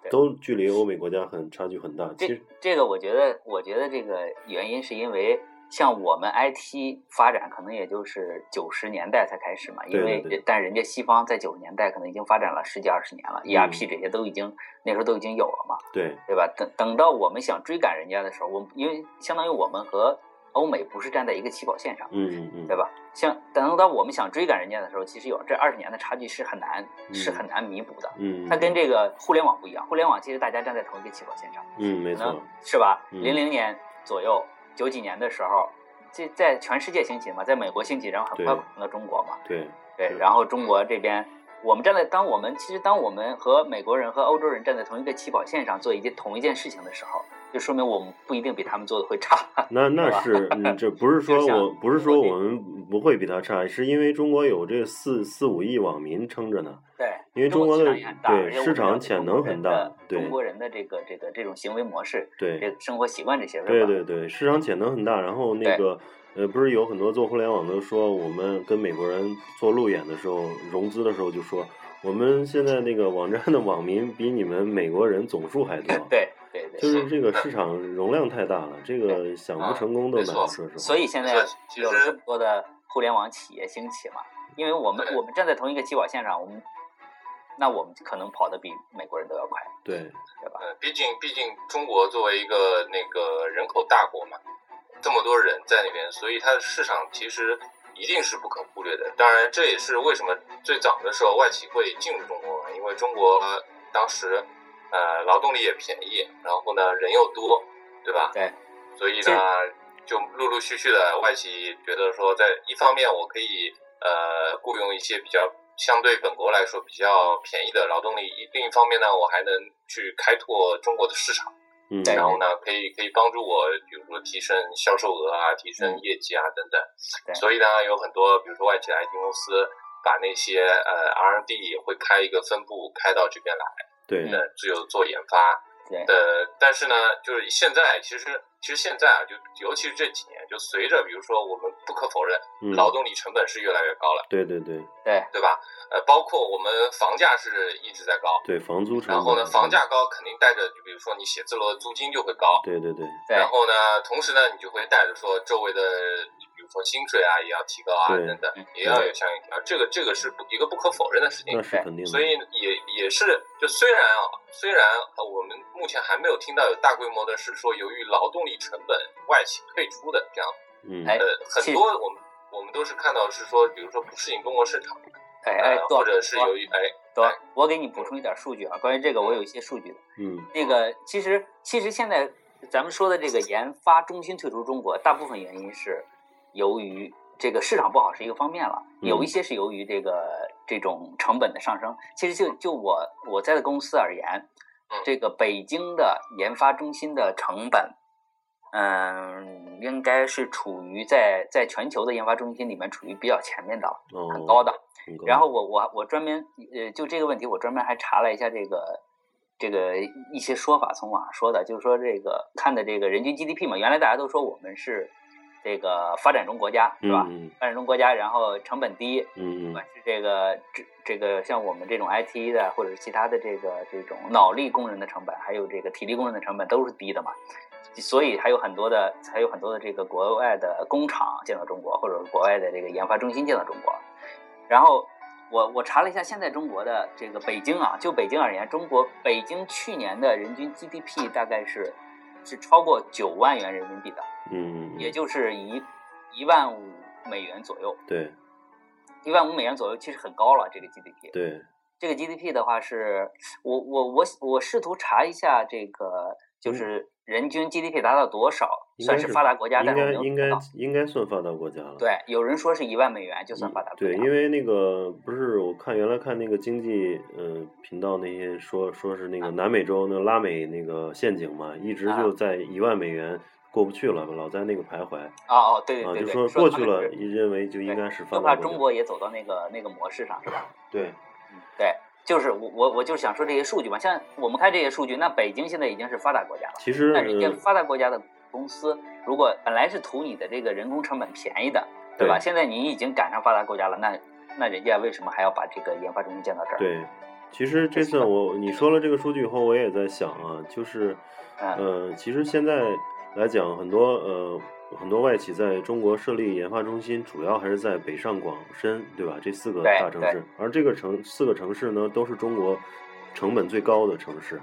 对
都距离欧美国家很差距很大。其
这
实
这个我觉得，我觉得这个原因是因为像我们 IT 发展可能也就是九十年代才开始嘛，因
对
为
对对
但人家西方在九十年代可能已经发展了十几二十年
嗯
了、e r p 这些都已经那时候都已经有了嘛，
对
对吧？等等到我们想追赶人家的时候，我们因为相当于我们和欧美不是站在一个起跑线上，
嗯嗯
对
嗯，
吧？像等到我们想追赶人家的时候，其实有这二十年的差距是很难、
嗯
是很难弥补的。
嗯，
它跟这个互联网不一样，互联网其实大家站在同一个起跑线上。
嗯没
可能
错，
是吧？
嗯
零零年左右，九几年的时候，这在全世界兴起嘛，在美国兴起，然后很
对
快跑到中国嘛，
对
对
是，
然后中国这边，我们站在当我们其实当我们和美国人和欧洲人站在同一个起跑线上做一件同一件事情的时候，就说明我们不一定比他们做的会差。
那那是，嗯，这不是说
就像
我不是说我们不会比他差，是因为中国有这四四五亿网民撑着呢。
对，
因为中
中
国的
市场也很大，
对
而且我
市
们
场
了解
潜
中
能
国
很
人
大
的
对
中国人的这个这个这种行为模式、这
对
个生活习惯这些，是吧？
对对对，市场潜能很大。然后那
对。
个呃，不是有很多做互联网的说，我们跟美国人做路演的时候，融资的时候就说，我们现在那个网站的网民比你们美国人总数还多
对对对，
就是这个市场容量太大了，这个想不成功都难，
没错
说实话。
嗯所以现在
没错其
有了
实
这么多的互联网企业兴起嘛，因为我们
对
我们站在同一个起跑线上，我们那我们可能跑得比美国人都要快，
对，
对吧？
呃，毕竟毕竟中国作为一个那个人口大国嘛，这么多人在那边，所以它的市场其实一定是不可忽略的。当然，这也是为什么最早的时候外企会进入中国嘛，因为中国当时呃劳动力也便宜，然后呢人又多，对吧？
对，
所以
这
呢就陆陆续续的外企觉得说，在一方面我可以呃雇佣一些比较相对本国来说比较便宜的劳动力，一另一方面呢，我还能去开拓中国的市场，
嗯，
对
然后呢，可以可以帮助我，比如说提升销售额啊，提升
嗯
业绩啊等等。
对
所以呢，有很多比如说外企的 IT 公司。把那些呃 R&D 也会开一个分部开到这边来，
对，
那只有做研发，
对
呃，但是呢，就是现在其实其实现在啊，就尤其是这几年，就随着比如说我们不可否认，
嗯，
劳动力成本是越来越高了，
对对对
对
对吧？呃，包括我们房价是一直在高，
对，房租成本。
然后呢，房价高肯定带着，就比如说你写字楼的租金就会高，
对对对
对
然后呢，同时呢，你就会带着说周围的，比如说薪水啊，也要提高啊，
对
等等
嗯，
也要有相应提高，这个这个是不一个不可否认的事情
那。是
嗯
肯定的。
所以也也是，就虽然啊，虽然啊我们目前还没有听到有大规模的是说由于劳动力成本外企退出的这样，
嗯，
哎
呃，很
其
多我们我们都是看到是说，比如说不适应中国市场，
哎哎
呃，，
多
或者是由于哎，
多，我给你补充一点数据啊，关于这个我有一些数据的。
嗯
那个其实其实现在咱们说的这个研发中心退出中国，大部分原因是由于这个市场不好是一个方面了，
嗯
有一些是由于这个这种成本的上升。其实就就我我在的公司而言
嗯，
这个北京的研发中心的成本。嗯，应该是处于在在全球的研发中心里面处于比较前面的了，
哦，
很高的。
很高
然后我我我专门呃，就这个问题，我专门还查了一下这个这个一些说法，从网上说的，就是说这个看的这个人均 GDP 嘛，原来大家都说我们是这个发展中国家是吧？
嗯
发展中国家，然后成本低，不
嗯嗯
管是这个这这个像我们这种 IT 的，或者是其他的这个这种脑力工人的成本，还有这个体力工人的成本都是低的嘛，所以还有很多的才有很多的这个国外的工厂进到中国，或者国外的这个研发中心进到中国。然后我我查了一下，现在中国的这个北京啊，就北京而言，中国北京去年的人均 GDP 大概是是超过九万元人民币的，
嗯，
也就是一一万五美元左右。
对
一万五美元左右，其实很高了。这个 GDP，
对
这个 GDP 的话是，我我我我试图查一下这个，就是人均 GDP 达到多少
嗯应该
算
是
发达国家，
应
但是我
该
没有
应
查
该
到。
应该算发达国家了。
对，有人说是一万美元就算发达国
对，
家。
因为那个不是我看原来看那个经济呃频道那些说说是那
啊
个南美洲那拉美那个陷阱嘛，一直就在一万美元过不去了，老在那个徘徊
哦哦，对
啊，
对
就
对，
说
说
过
他
去
们
了，
是
一认为就应
对
该是发
就怕
达国
中
家。
国也走到那个那个模式上，是吧？
对，
嗯对，就是我我我就是想说这些数据嘛，像我们看这些数据，那北京现在已经是发达国家了，
其实
那人家
呃
发达国家的公司，如果本来是图你的这个人工成本便宜的，对吧？
对
现在你已经赶上发达国家了，那那人家为什么还要把这个研发中心建到这儿？，
对，其实这次我你说了这个数据以后，我也在想啊，就是
嗯，
呃，其实现在来讲，很多呃很多外企在中国设立研发中心，主要还是在北上广深，对吧？这四个
对
大城
对
市，而这个城四个城市呢，都是中国成本最高的城市，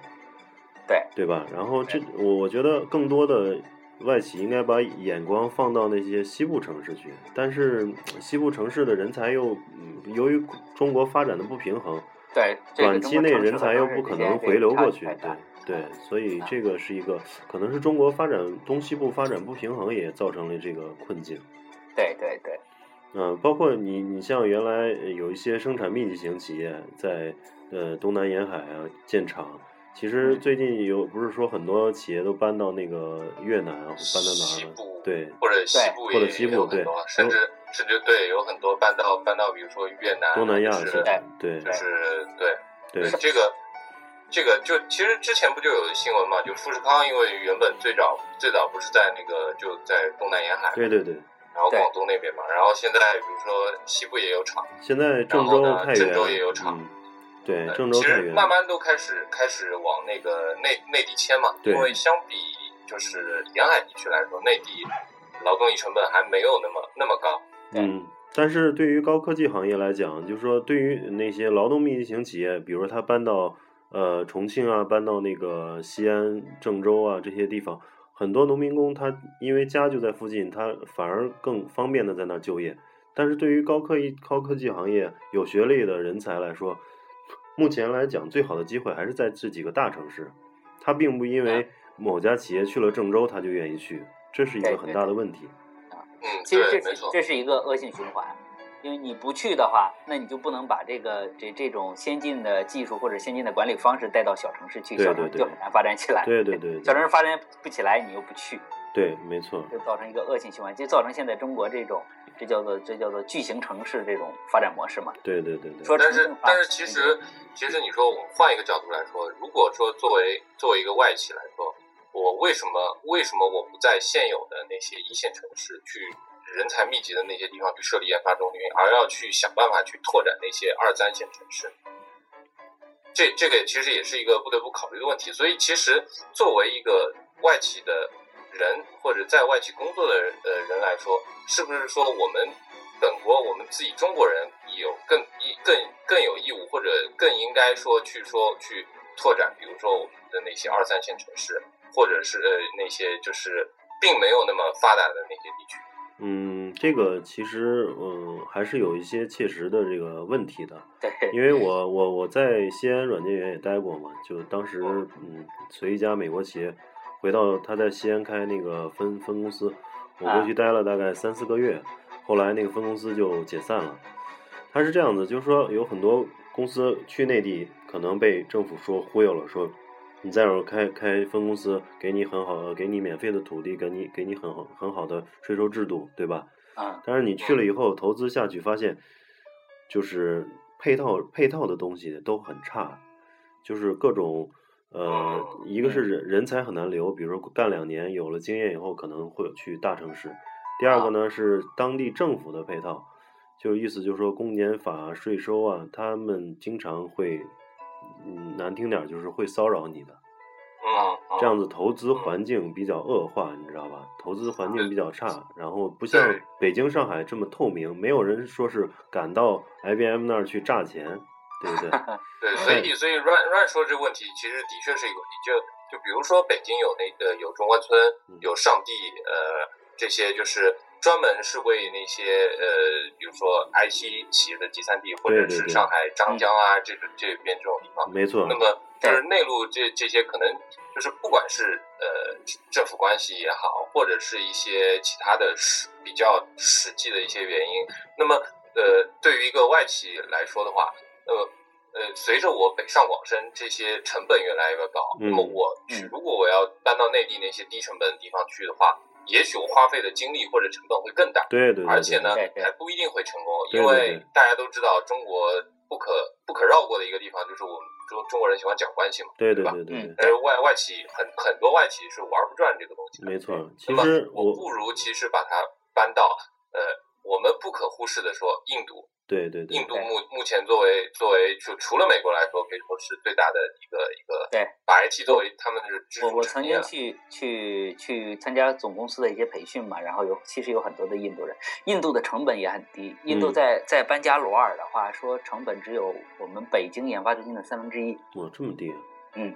对，
对吧？然后这我我觉得更多的。外企应该把眼光放到那些西部城市去，但是西部城市的人才又、嗯由于中国发展的不平衡，
对，这个
短期内人才又不可能回流过去，对
对
对，
嗯
所以这个是一个可能是中国发展东西部发展不平衡也造成了这个困境。
对对对，
嗯、包括你你像原来呃有一些生产密集型企业在呃东南沿海啊建厂，其
嗯
实最近有不是说很多企业都搬到那个越南啊，搬到哪
西
儿了
部？
对，
或者西部
对
也
或者西部
有很多
对
啊，甚至甚至对有很多搬到搬到，比如说越南啊、
东南亚
就是
是吧对
就是对
对
对这个这个就其实之前不就有新闻嘛，就富士康因为原本最早最早不是在那个就在东南沿海，
对对对，
然后
对
广东那边嘛，然后现在比如说西部也有厂，
现在郑
然后
州
呢
太
郑
原
州也有厂
嗯，对
呃
郑州
其
太
实
原
慢慢都开始开始往那个内内地迁嘛，
对
因为相比就是沿海地区来说，内地劳动力成本还没有那么那么高，
嗯，但是对于高科技行业来讲，就是说对于那些劳动密集型企业，比如他搬到呃重庆啊，搬到那个西安、郑州啊这些地方，很多农民工他因为家就在附近，他反而更方便的在那儿就业。但是对于高科技高科技行业有学历的人才来说，目前来讲最好的机会还是在这几个大城市。他并不因为某家企业去了郑州他就愿意去，这是一
对
个很
对
大
对
的问题。
嗯，
其实
对，
这
没
是
错，
这是一个恶性循环，因为你不去的话，那你就不能把这个这这种先进的技术或者先进的管理方式带到小城市去，
对
小
对
城市
对
就很难发展起来。
对对对对
小城市发展不起来，你又不去，
对，没错。
就造成一个恶性循环，就造成现在中国这种这叫做这叫做巨型城市这种发展模式嘛。
对对对对。
说
但
重
是
庆话
但是其实其实你说我们换一个角度来说，如果说作为作为一个外企来说，我为什么为什么我不在现有的那些一线城市去？人才密集的那些地方去设立研发中心，而要去想办法去拓展那些二三线城市，这这个其实也是一个不得不考虑的问题。所以，其实作为一个外企的人或者在外企工作的人呃人来说，是不是说我们本国我们自己中国人有更一更更有义务，或者更应该说去说去拓展，比如说我们的那些二三线城市，或者是呃那些就是并没有那么发达的那些地区。
嗯，这个其实嗯还是有一些切实的这个问题的，
对
因为我我我在西安软件园也待过嘛，就当时嗯随一家美国企业回到他在西安开那个分分公司，我过去待了大概三四个月，后来那个分公司就解散了。他是这样子，就是说有很多公司去内地可能被政府说忽悠了，说你在这儿开开分公司，给你很好，给你免费的土地，给你给你很好很好的税收制度，对吧？
嗯，
但是你去了以后，投资下去发现，就是配套配套的东西都很差，就是各种呃，一个是人人才很难留，比如说干两年有了经验以后，可能会去大城市。第二个呢是当地政府的配套，就意思就是说公检法、税收啊，他们经常会，嗯，难听点儿就是会骚扰你的。
嗯，嗯
这样子投资环境比较恶化，你知道吧？投资环境比较差，然后不像
对
北京、上海这么透明，没有人说是赶到 IBM 那儿去榨钱，对不对？嗯
对，所以所以 Run Run 说这个问题，其实的确是一个问题。就就比如说北京有那个有中关村
嗯、
有上地，呃，这些就是专门是为那些呃，比如说 IC 企业的集散地，或
对对
者
嗯
是
对
上海张江啊，这个这边这种地方。
没错
那，么就是内陆这这些可能就是不管是呃政府关系也好，或者是一些其他的实比较实际的一些原因，那么呃对于一个外企来说的话，那么呃随着我北上广深这些成本越来越高，
嗯
那么我去
嗯
如果我要搬到内地那些低成本的地方去的话，也许我花费的精力或者成本会更大。
对对对对，
而且呢
对，对
还不一定会成功，
对
因
对
为
对
大家都知道中国不可不可绕过的一个地方就是我们中中国人喜欢讲关系嘛，
对对
吧？
对对对，
嗯
但是外外企很很多外企是玩不转这个东西的，
没错。
那
其
么
实
我不如其实把它搬到呃，我们不可忽视的说印度，
对对对
印，度目目前作为作为就除了美国来说，可以说是最大的一个一个
对，
把 IT 作为他们的支
我
柱
我
产
曾
业
经
了。
去去去参加总公司的一些培训嘛，然后有其实有很多的印度人，印度的成本也很低。印度
嗯
在、在班加罗尔的话，说成本只有我们北京研发中心的三分之一，
哇，这么低啊，
嗯，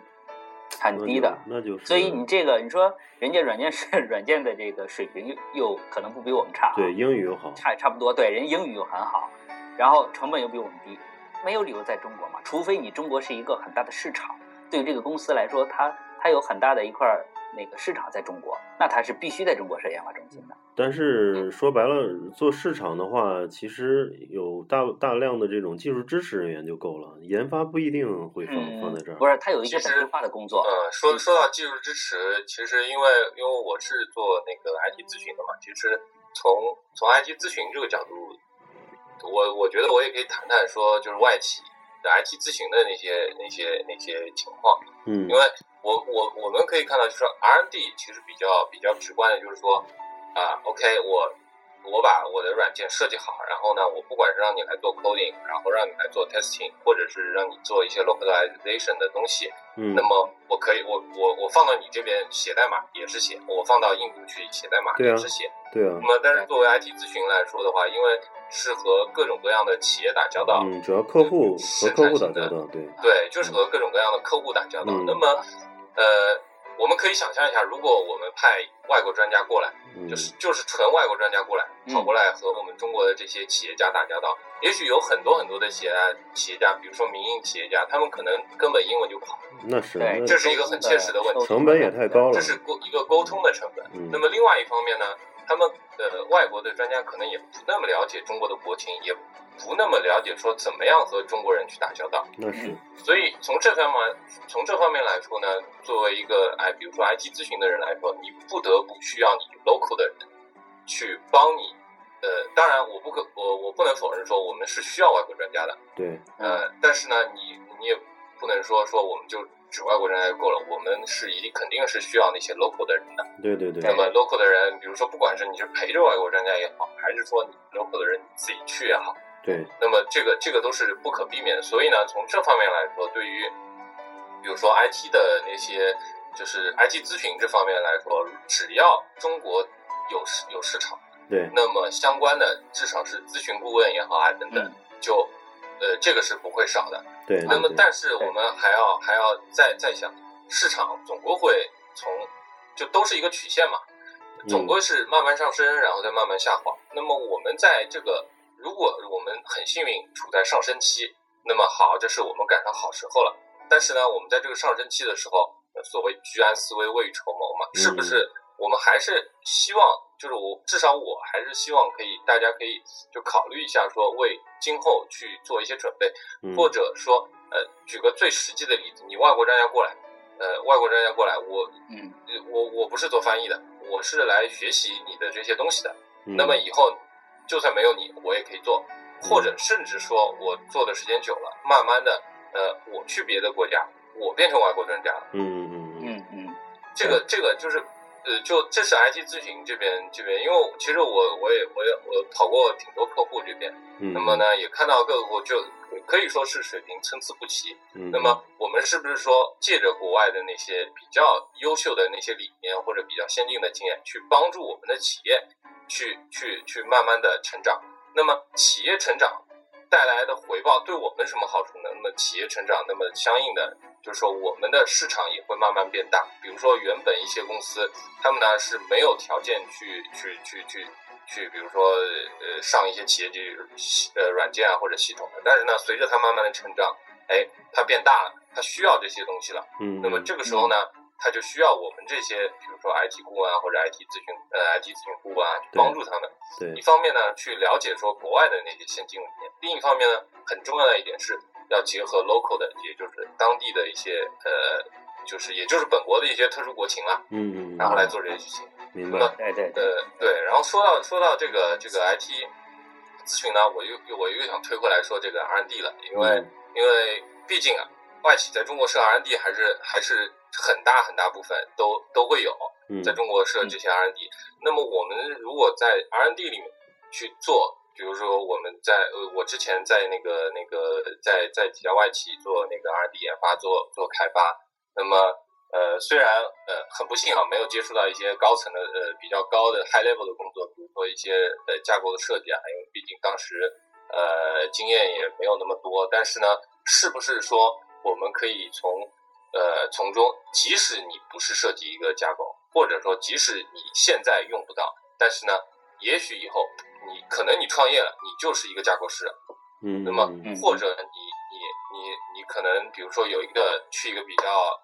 那
很
就
低的。
那就是。
所以你这个，你说人家软件是 软件的这个水平又又可能不比我们差、啊，
对英语又好，
差也差不多，对，人英语又很好，然后成本又比我们低，没有理由在中国嘛，除非你中国是一个很大的市场，对于这个公司来说，它它有很大的一块那个市场在中国，那它是必须在中国设研发中心的。
但是说白了，做市场的话，其实有大大量的这种技术支持人员就够了，研发不一定会放、
嗯
放在这儿。
不是，它有一些
其
本
实
地化的工作。
呃，说说到技术支持，其实因为因为我是做那个 IT 咨询的嘛，其实从从 IT 咨询这个角度，我我觉得我也可以谈谈说，就是外企的 IT 咨询的那些那些那些情况。
嗯
因为我我我们可以看到，就是 R&D 其实比较比较直观的，就是说啊、o k 我我把我的软件设计好，然后呢，我不管是让你来做 coding，然后让你来做 testing，或者是让你做一些 localization 的东西，
嗯
那，么我可以我我我放到你这边写代码也是写，我放到印度去写代码
对啊
也是写。
对啊
那，么但是作为 IT 咨询来说的话，因为是和各种各样的企业打交道，
嗯，主要客户和
是
客户打
看起
交
来
道，对，
对，就是和各种各样的客户打交道。
嗯
那么，呃，我们可以想象一下，如果我们派外国专家过来，
嗯
就是就是纯外国专家过来，
嗯
跑过来和我们中国的这些企业家打交道，也许有很多很多的企业家，企业家，比如说民营企业家，他们可能根本英文就不好，
那是
对，
那
这是一个很切实的问题
成本也太高了
这是沟一个沟通的成本。
嗯
那么另外一方面呢，他们呃外国的专家可能也不那么了解中国的国情，也不那么了解说怎么样和中国人去打交道。
那是
所以从这方面从这方面来说呢，作为一个哎，比如说 IT 咨询的人来说，你不得不需要你 local 的人去帮你。呃，当然我不可我我不能否认说我们是需要外国专家的，
对，
呃，但是呢，你你也不能说说我们就只外国专家就够了，我们是一定肯定是需要那些 local 的人的。
对对对
那么 local 的人，比如说不管是你是陪着外国专家也好，还是说你 local 的人你自己去也好。
对，
那么这个这个都是不可避免的。所以呢，从这方面来说，对于比如说 IT 的那些就是 IT 咨询这方面来说，只要中国有市有市场，
对，
那么相关的至少是咨询顾问也好啊等等，就呃这个是不会少的。
对，对
那么
对，
但是我们还要还要再再想，市场总归会从就都是一个曲线嘛，
嗯
总归是慢慢上升，然后再慢慢下滑。那么我们在这个，如果我们很幸运处在上升期，那么好，这是我们赶上好时候了。但是呢，我们在这个上升期的时候，呃所谓居安思危，未雨绸缪嘛，
嗯
是不是？我们还是希望，就是我至少我还是希望可以，大家可以就考虑一下，说为今后去做一些准备。
嗯
或者说，呃，举个最实际的例子，你外国专家过来，呃，外国专家过来，我
嗯，
呃我我不是做翻译的，我是来学习你的这些东西的。
嗯
那么以后，就算没有你，我也可以做，或
嗯
者甚至说我做的时间久了，慢慢的，呃，我去别的国家，我变成外国专家了。
嗯嗯嗯
嗯嗯
这个这个就是，呃，就这是 IT 咨询这边这边，因为其实我我也我也我跑过挺多客户这边，
嗯，
那么呢也看到各个国就可以说是水平参差不齐。
嗯，
那么我们是不是说借着国外的那些比较优秀的那些理念或者比较先进的经验，去帮助我们的企业去去去慢慢的成长？那么企业成长带来的回报对我们什么好处呢？那么企业成长，那么相应的就是说我们的市场也会慢慢变大。比如说原本一些公司，他们呢是没有条件去去去去去，比如说呃上一些企业级呃软件啊或者系统的，但是呢随着它慢慢的成长，哎，它变大了，它需要这些东西了。
嗯，
那么这个时候呢，他就需要我们这些，比如说 IT 顾问啊，或者 IT 咨询呃 IT 咨询顾问啊，去
对
帮助他们。
对
一方面呢，去了解说国外的那些先进理念；另一方面呢，很重要的一点是要结合 local 的，也就是当地的一些呃，就是也就是本国的一些特殊国情啊，
嗯嗯，嗯
然后来做这些事情。
明
那
白
对
么
对对，
呃，对，然后说到说到这个这个 IT 咨询呢，我又又我又想推回来说这个 R&D 了，因为、
嗯
因为毕竟啊，外企在中国设 R&D 还是还是很大很大部分都都会有，
嗯
在中国设这些 R&D、那么我们如果在 R&D 里面去做，比如说我们在呃，我之前在那个那个在在几家外企做那个 R&D 研发，做做开发。那么呃，虽然呃很不幸啊，没有接触到一些高层的呃比较高的 high level 的工作，比如说一些呃架构的设计啊，因为毕竟当时呃经验也没有那么多。但是呢，是不是说我们可以从呃，从中，即使你不是设计一个架构，或者说即使你现在用不到，但是呢，也许以后你可能你创业了，你就是一个架构师，
嗯，
那么
嗯
嗯
或者你你你你可能比如说有一个去一个比较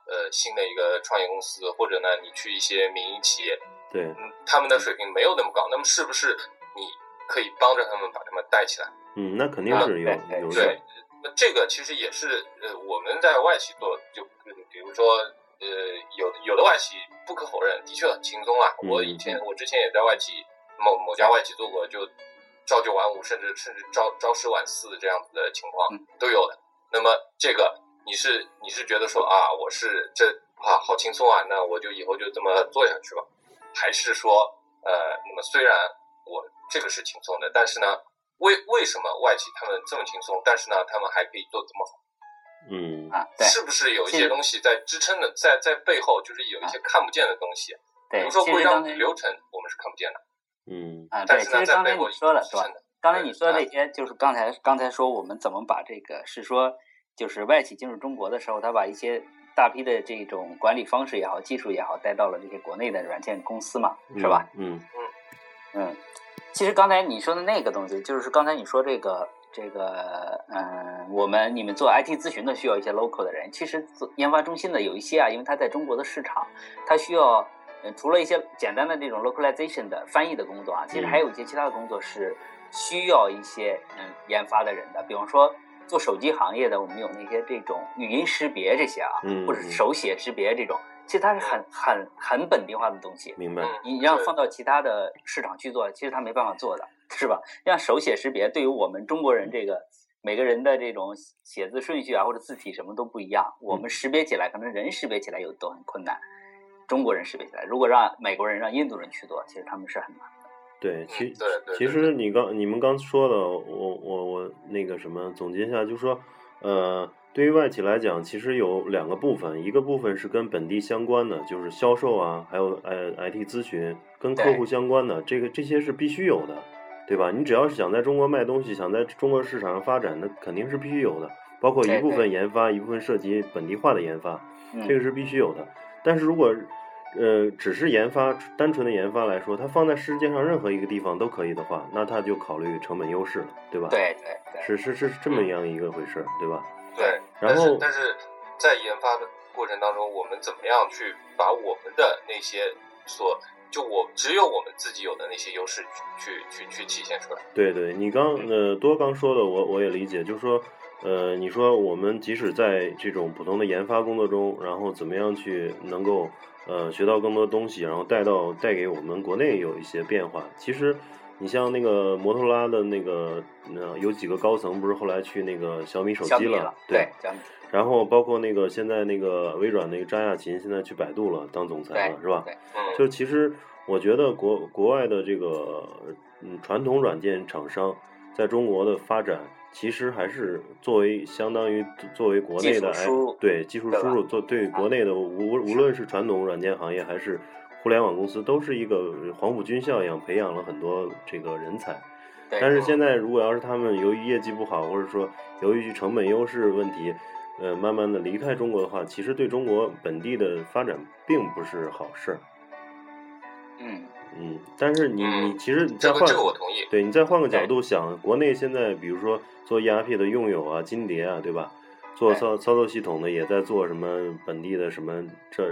呃新的一个创业公司，或者呢你去一些民营企业，
对，
嗯，他们的水平没有那么高，那么是不是你可以帮着他们把他们带起来？
嗯，那肯定
啊
是有
对对
有
对
的，，
那这个其实也是呃我们在外企做，就嗯比如说呃有有的外企不可否认，的确很轻松啊。
嗯
我以前我之前也在外企某某家外企做过，就朝九晚五，甚至甚至朝朝十晚四这样子的情况
嗯
都有的。那么这个你是你是觉得说啊，我是这啊好轻松啊，那我就以后就这么做下去吧，还是说呃，那么虽然我这个是轻松的，但是呢，为为什么外企他们这么轻松，但是呢，他们还可以做这么好？
嗯，
啊，对
是不是有一
其
些
实
东西在支撑的，在在背后就是有一些看不见的东西？比
啊对，
如说
其
规
实
章
刚才
流程，我们是看不见的，
嗯，
啊，
但
对，
是
其
呢，
实
在
刚
背
才
后
你说了
是
对吧
真？的。
刚才你说的
对
那些，就是刚才刚才说我们怎么把这个是说，就是外企进入中国的时候，他把一些大批的这种管理方式也好、技术也好，带到了这些国内的软件公司嘛，是吧？
嗯？嗯，
嗯，其实刚才你说的那个东西，就是刚才你说这个这个，嗯，我们你们做 IT 咨询的需要一些 local 的人，其实做研发中心的有一些啊，因为它在中国的市场，它需要。呃除了一些简单的这种 localization 的翻译的工作啊，其
嗯
实还有一些其他的工作是需要一些嗯研发的人的，比方说做手机行业的，我们有那些这种语音识别这些啊，
嗯
或者
嗯
是手写识别这种，其实它是很很很本地化的东西。
明白，
嗯
你让
对
放到其他的市场去做，其实他没办法做的，是吧？像手写识别，对于我们中国人这个每个人的这种写字顺序啊，或者字体什么都不一样，我
嗯
们识别起来可能人识别起来有都很困难，中国人识别起来，如果让美国人、让印度人去做，其实他们是很难。
对，其
嗯对对
其
对
实你刚你们刚说的，我我我那个什么总结一下，就是说，呃，对于外企来讲，其实有两个部分，一个部分是跟本地相关的，就是销售啊，还有 I IT 咨询跟客
对
户相关的，这个这些是必须有的，对吧？你只要是想在中国卖东西，想在中国市场上发展，那肯定是必须有的，包括一
对
部
对
分研发，一部分涉及本地化的研发，
嗯，
这个是必须有的。但是如果呃只是研发单纯的研发来说，它放在世界上任何一个地方都可以的话，那它就考虑成本优势了，对吧？，
对对对，
是是是这么样一个回事，对吧？
对，
然
但
后
是但是在研发的过程当中，我们怎么样去把我们的那些所就我只有我们自己有的那些优势去去去去体现出来？
对对，你刚呃多刚说的我我也理解，就是说，呃，你说我们即使在这种普通的研发工作中，然后怎么样去能够呃学到更多东西，然后带到带给我们国内有一些变化。其实你像那个摩托罗拉的那个呃有几个高层不是后来去那个小米手
小
机
米
了，
了，
对
对，小米，
然后包括那个现在那个微软那个张亚勤现在去百度了当总裁
对
了，是吧？
对，
嗯，
就其实我觉得国国外的这个嗯传统软件厂商在中国的发展，其实还是作为相当于作为国内的
技术输入
哎对技术
对
输
吧
入做对国内的无无论是传统软件行业还是互联网公司，都是一个黄埔军校一样培养了很多这个人才。
对
但是现在如果要是他们由于业绩不好，或者说由于成本优势问题，呃，慢慢的离开中国的话，其实对中国本地的发展并不是好事儿。
嗯，
嗯，但是你你
嗯
其实你再
这
换
个这个我同意。
对你再换个角度想，国内现在比如说做 ERP 的用友啊、金蝶啊，对吧？做
对
操操作系统的也在做什么本地的什么这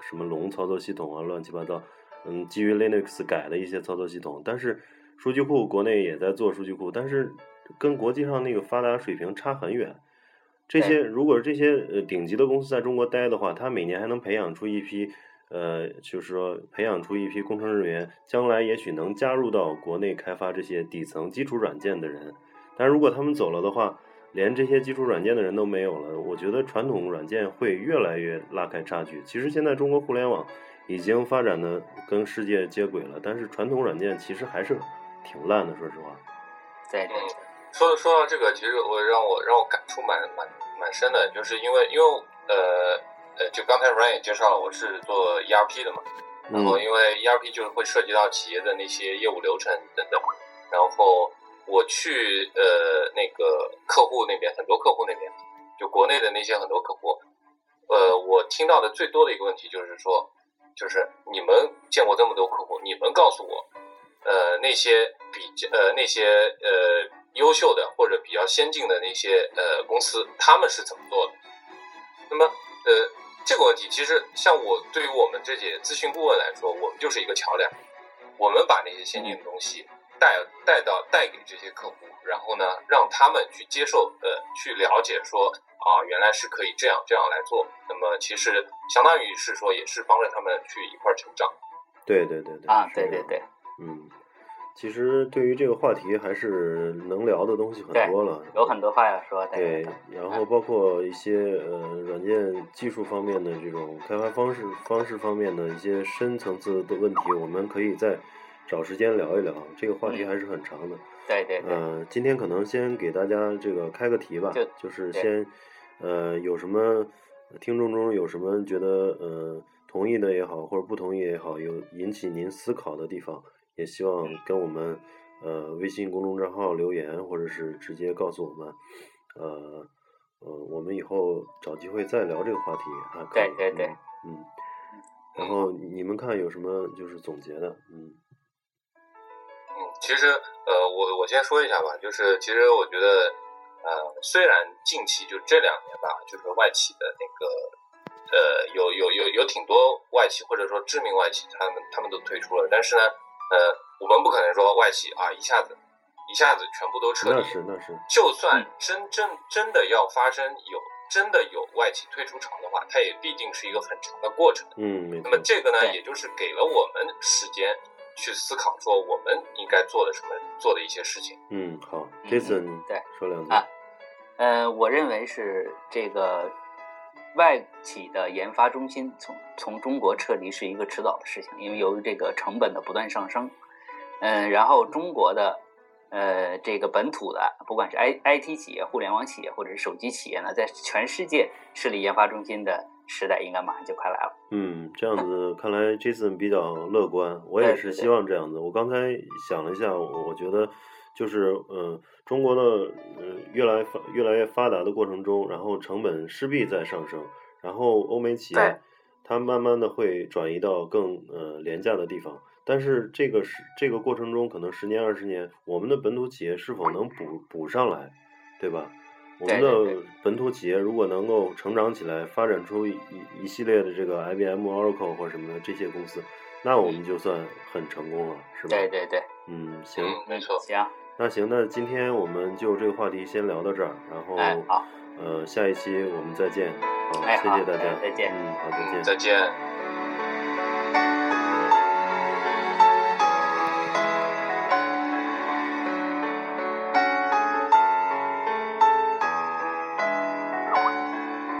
什么龙操作系统啊，乱七八糟，嗯，基于 Linux 改的一些操作系统。但是数据库国内也在做数据库，但是跟国际上那个发达水平差很远。这
对
些如果这些呃顶级的公司在中国待的话，它每年还能培养出一批呃，就是说培养出一批工程人员，将来也许能加入到国内开发这些底层基础软件的人。但如果他们走了的话，连这些基础软件的人都没有了，我觉得传统软件会越来越拉开差距。其实现在中国互联网已经发展的跟世界接轨了，但是传统软件其实还是挺烂的，说实话。
对对
嗯，说说到这个，其实我让我让我感触蛮蛮蛮深的，就是因为因为呃呃，就刚才 Ryan 也介绍了，我是做 ERP 的嘛，然
嗯
后因为 ERP 就是会涉及到企业的那些业务流程等等，然后我去呃那个客户那边，很多客户那边，就国内的那些很多客户，呃，我听到的最多的一个问题就是说，就是你们见过这么多客户，你们告诉我，呃，那些比较呃那些呃优秀的或者比较先进的那些呃公司，他们是怎么做的？那么呃这个问题，其实像我对于我们这些咨询顾问来说，我们就是一个桥梁，我们把那些先进的东西带带到带给这些客户，然后呢让他们去接受呃去了解说啊原来是可以这样这样来做，那么其实相当于是说也是帮着他们去一块儿成长。
对对对对
啊，
是
对
这
对
样
对，
嗯，其实对于这个话题还是能聊的东西很
对
多了，
有很多话要说，但
对
是，
然后包括一些呃软件技术方面的这种开发方式方式方面的一些深层次的问题，我们可以再找时间聊一聊。这个话题
嗯
还是很长的。
对对对，
呃，今天可能先给大家这个开个题吧
就，
就是
对
先呃有什么听众中有什么觉得呃同意的也好，或者不同意也好，有引起您思考的地方，也希望
嗯
跟我们呃微信公众账号留言，或者是直接告诉我们。呃呃，我们以后找机会再聊这个话题还可以。
对对对
嗯。嗯然后你们看有什么就是总结的？嗯
嗯，其实呃，我我先说一下吧，就是其实我觉得，呃，虽然近期就这两年吧，就是外企的那个，呃，有有有有挺多外企或者说知名外企，他们他们都退出了，但是呢，呃，我们不可能说外企啊一下子一下子全部都撤
那
离，
是那是，
就算真正真的要发生有真的有外企退出潮的话，它也必定是一个很长的过程。
嗯，没
那
错
么。这个呢，
对
也就是给了我们时间去思考，说我们应该做的什么，做的一些事情。
嗯，好
嗯
，Jason，
嗯对
说两句。
啊呃，我认为是这个外企的研发中心从从中国撤离是一个迟早的事情，因为由于这个成本的不断上升，嗯、然后中国的呃这个本土的，不管是 I I T 企业、互联网企业或者是手机企业呢，在全世界设立研发中心的时代应该马上就快来了。
嗯，这样子看来 Jason 比较乐观，我也
啊对
是
对
希望这样子。我刚才想了一下，我我觉得就是呃，中国的呃越来发越来越发达的过程中，然后成本势必在上升，然后欧美企
对
业它慢慢的会转移到更呃廉价的地方。但是这个是这个过程中，可能十年二十年，我们的本土企业是否能补补上来，对吧？我们
对对
的本土企业如果能够成长起来，发展出一一一系列的这个 IBM、Oracle 或者什么的这些公司，那我们就算很成功了，是吧？
嗯对对对，
嗯，行，
嗯，没错。
行，
那行，那今天我们就这个话题先聊到这儿，然后、
哦
哎，好，
呃，下一期我们再见，好，
哎
谢
好
谢大家，
哎再见
嗯，好，再见
嗯，。再见。
拜拜。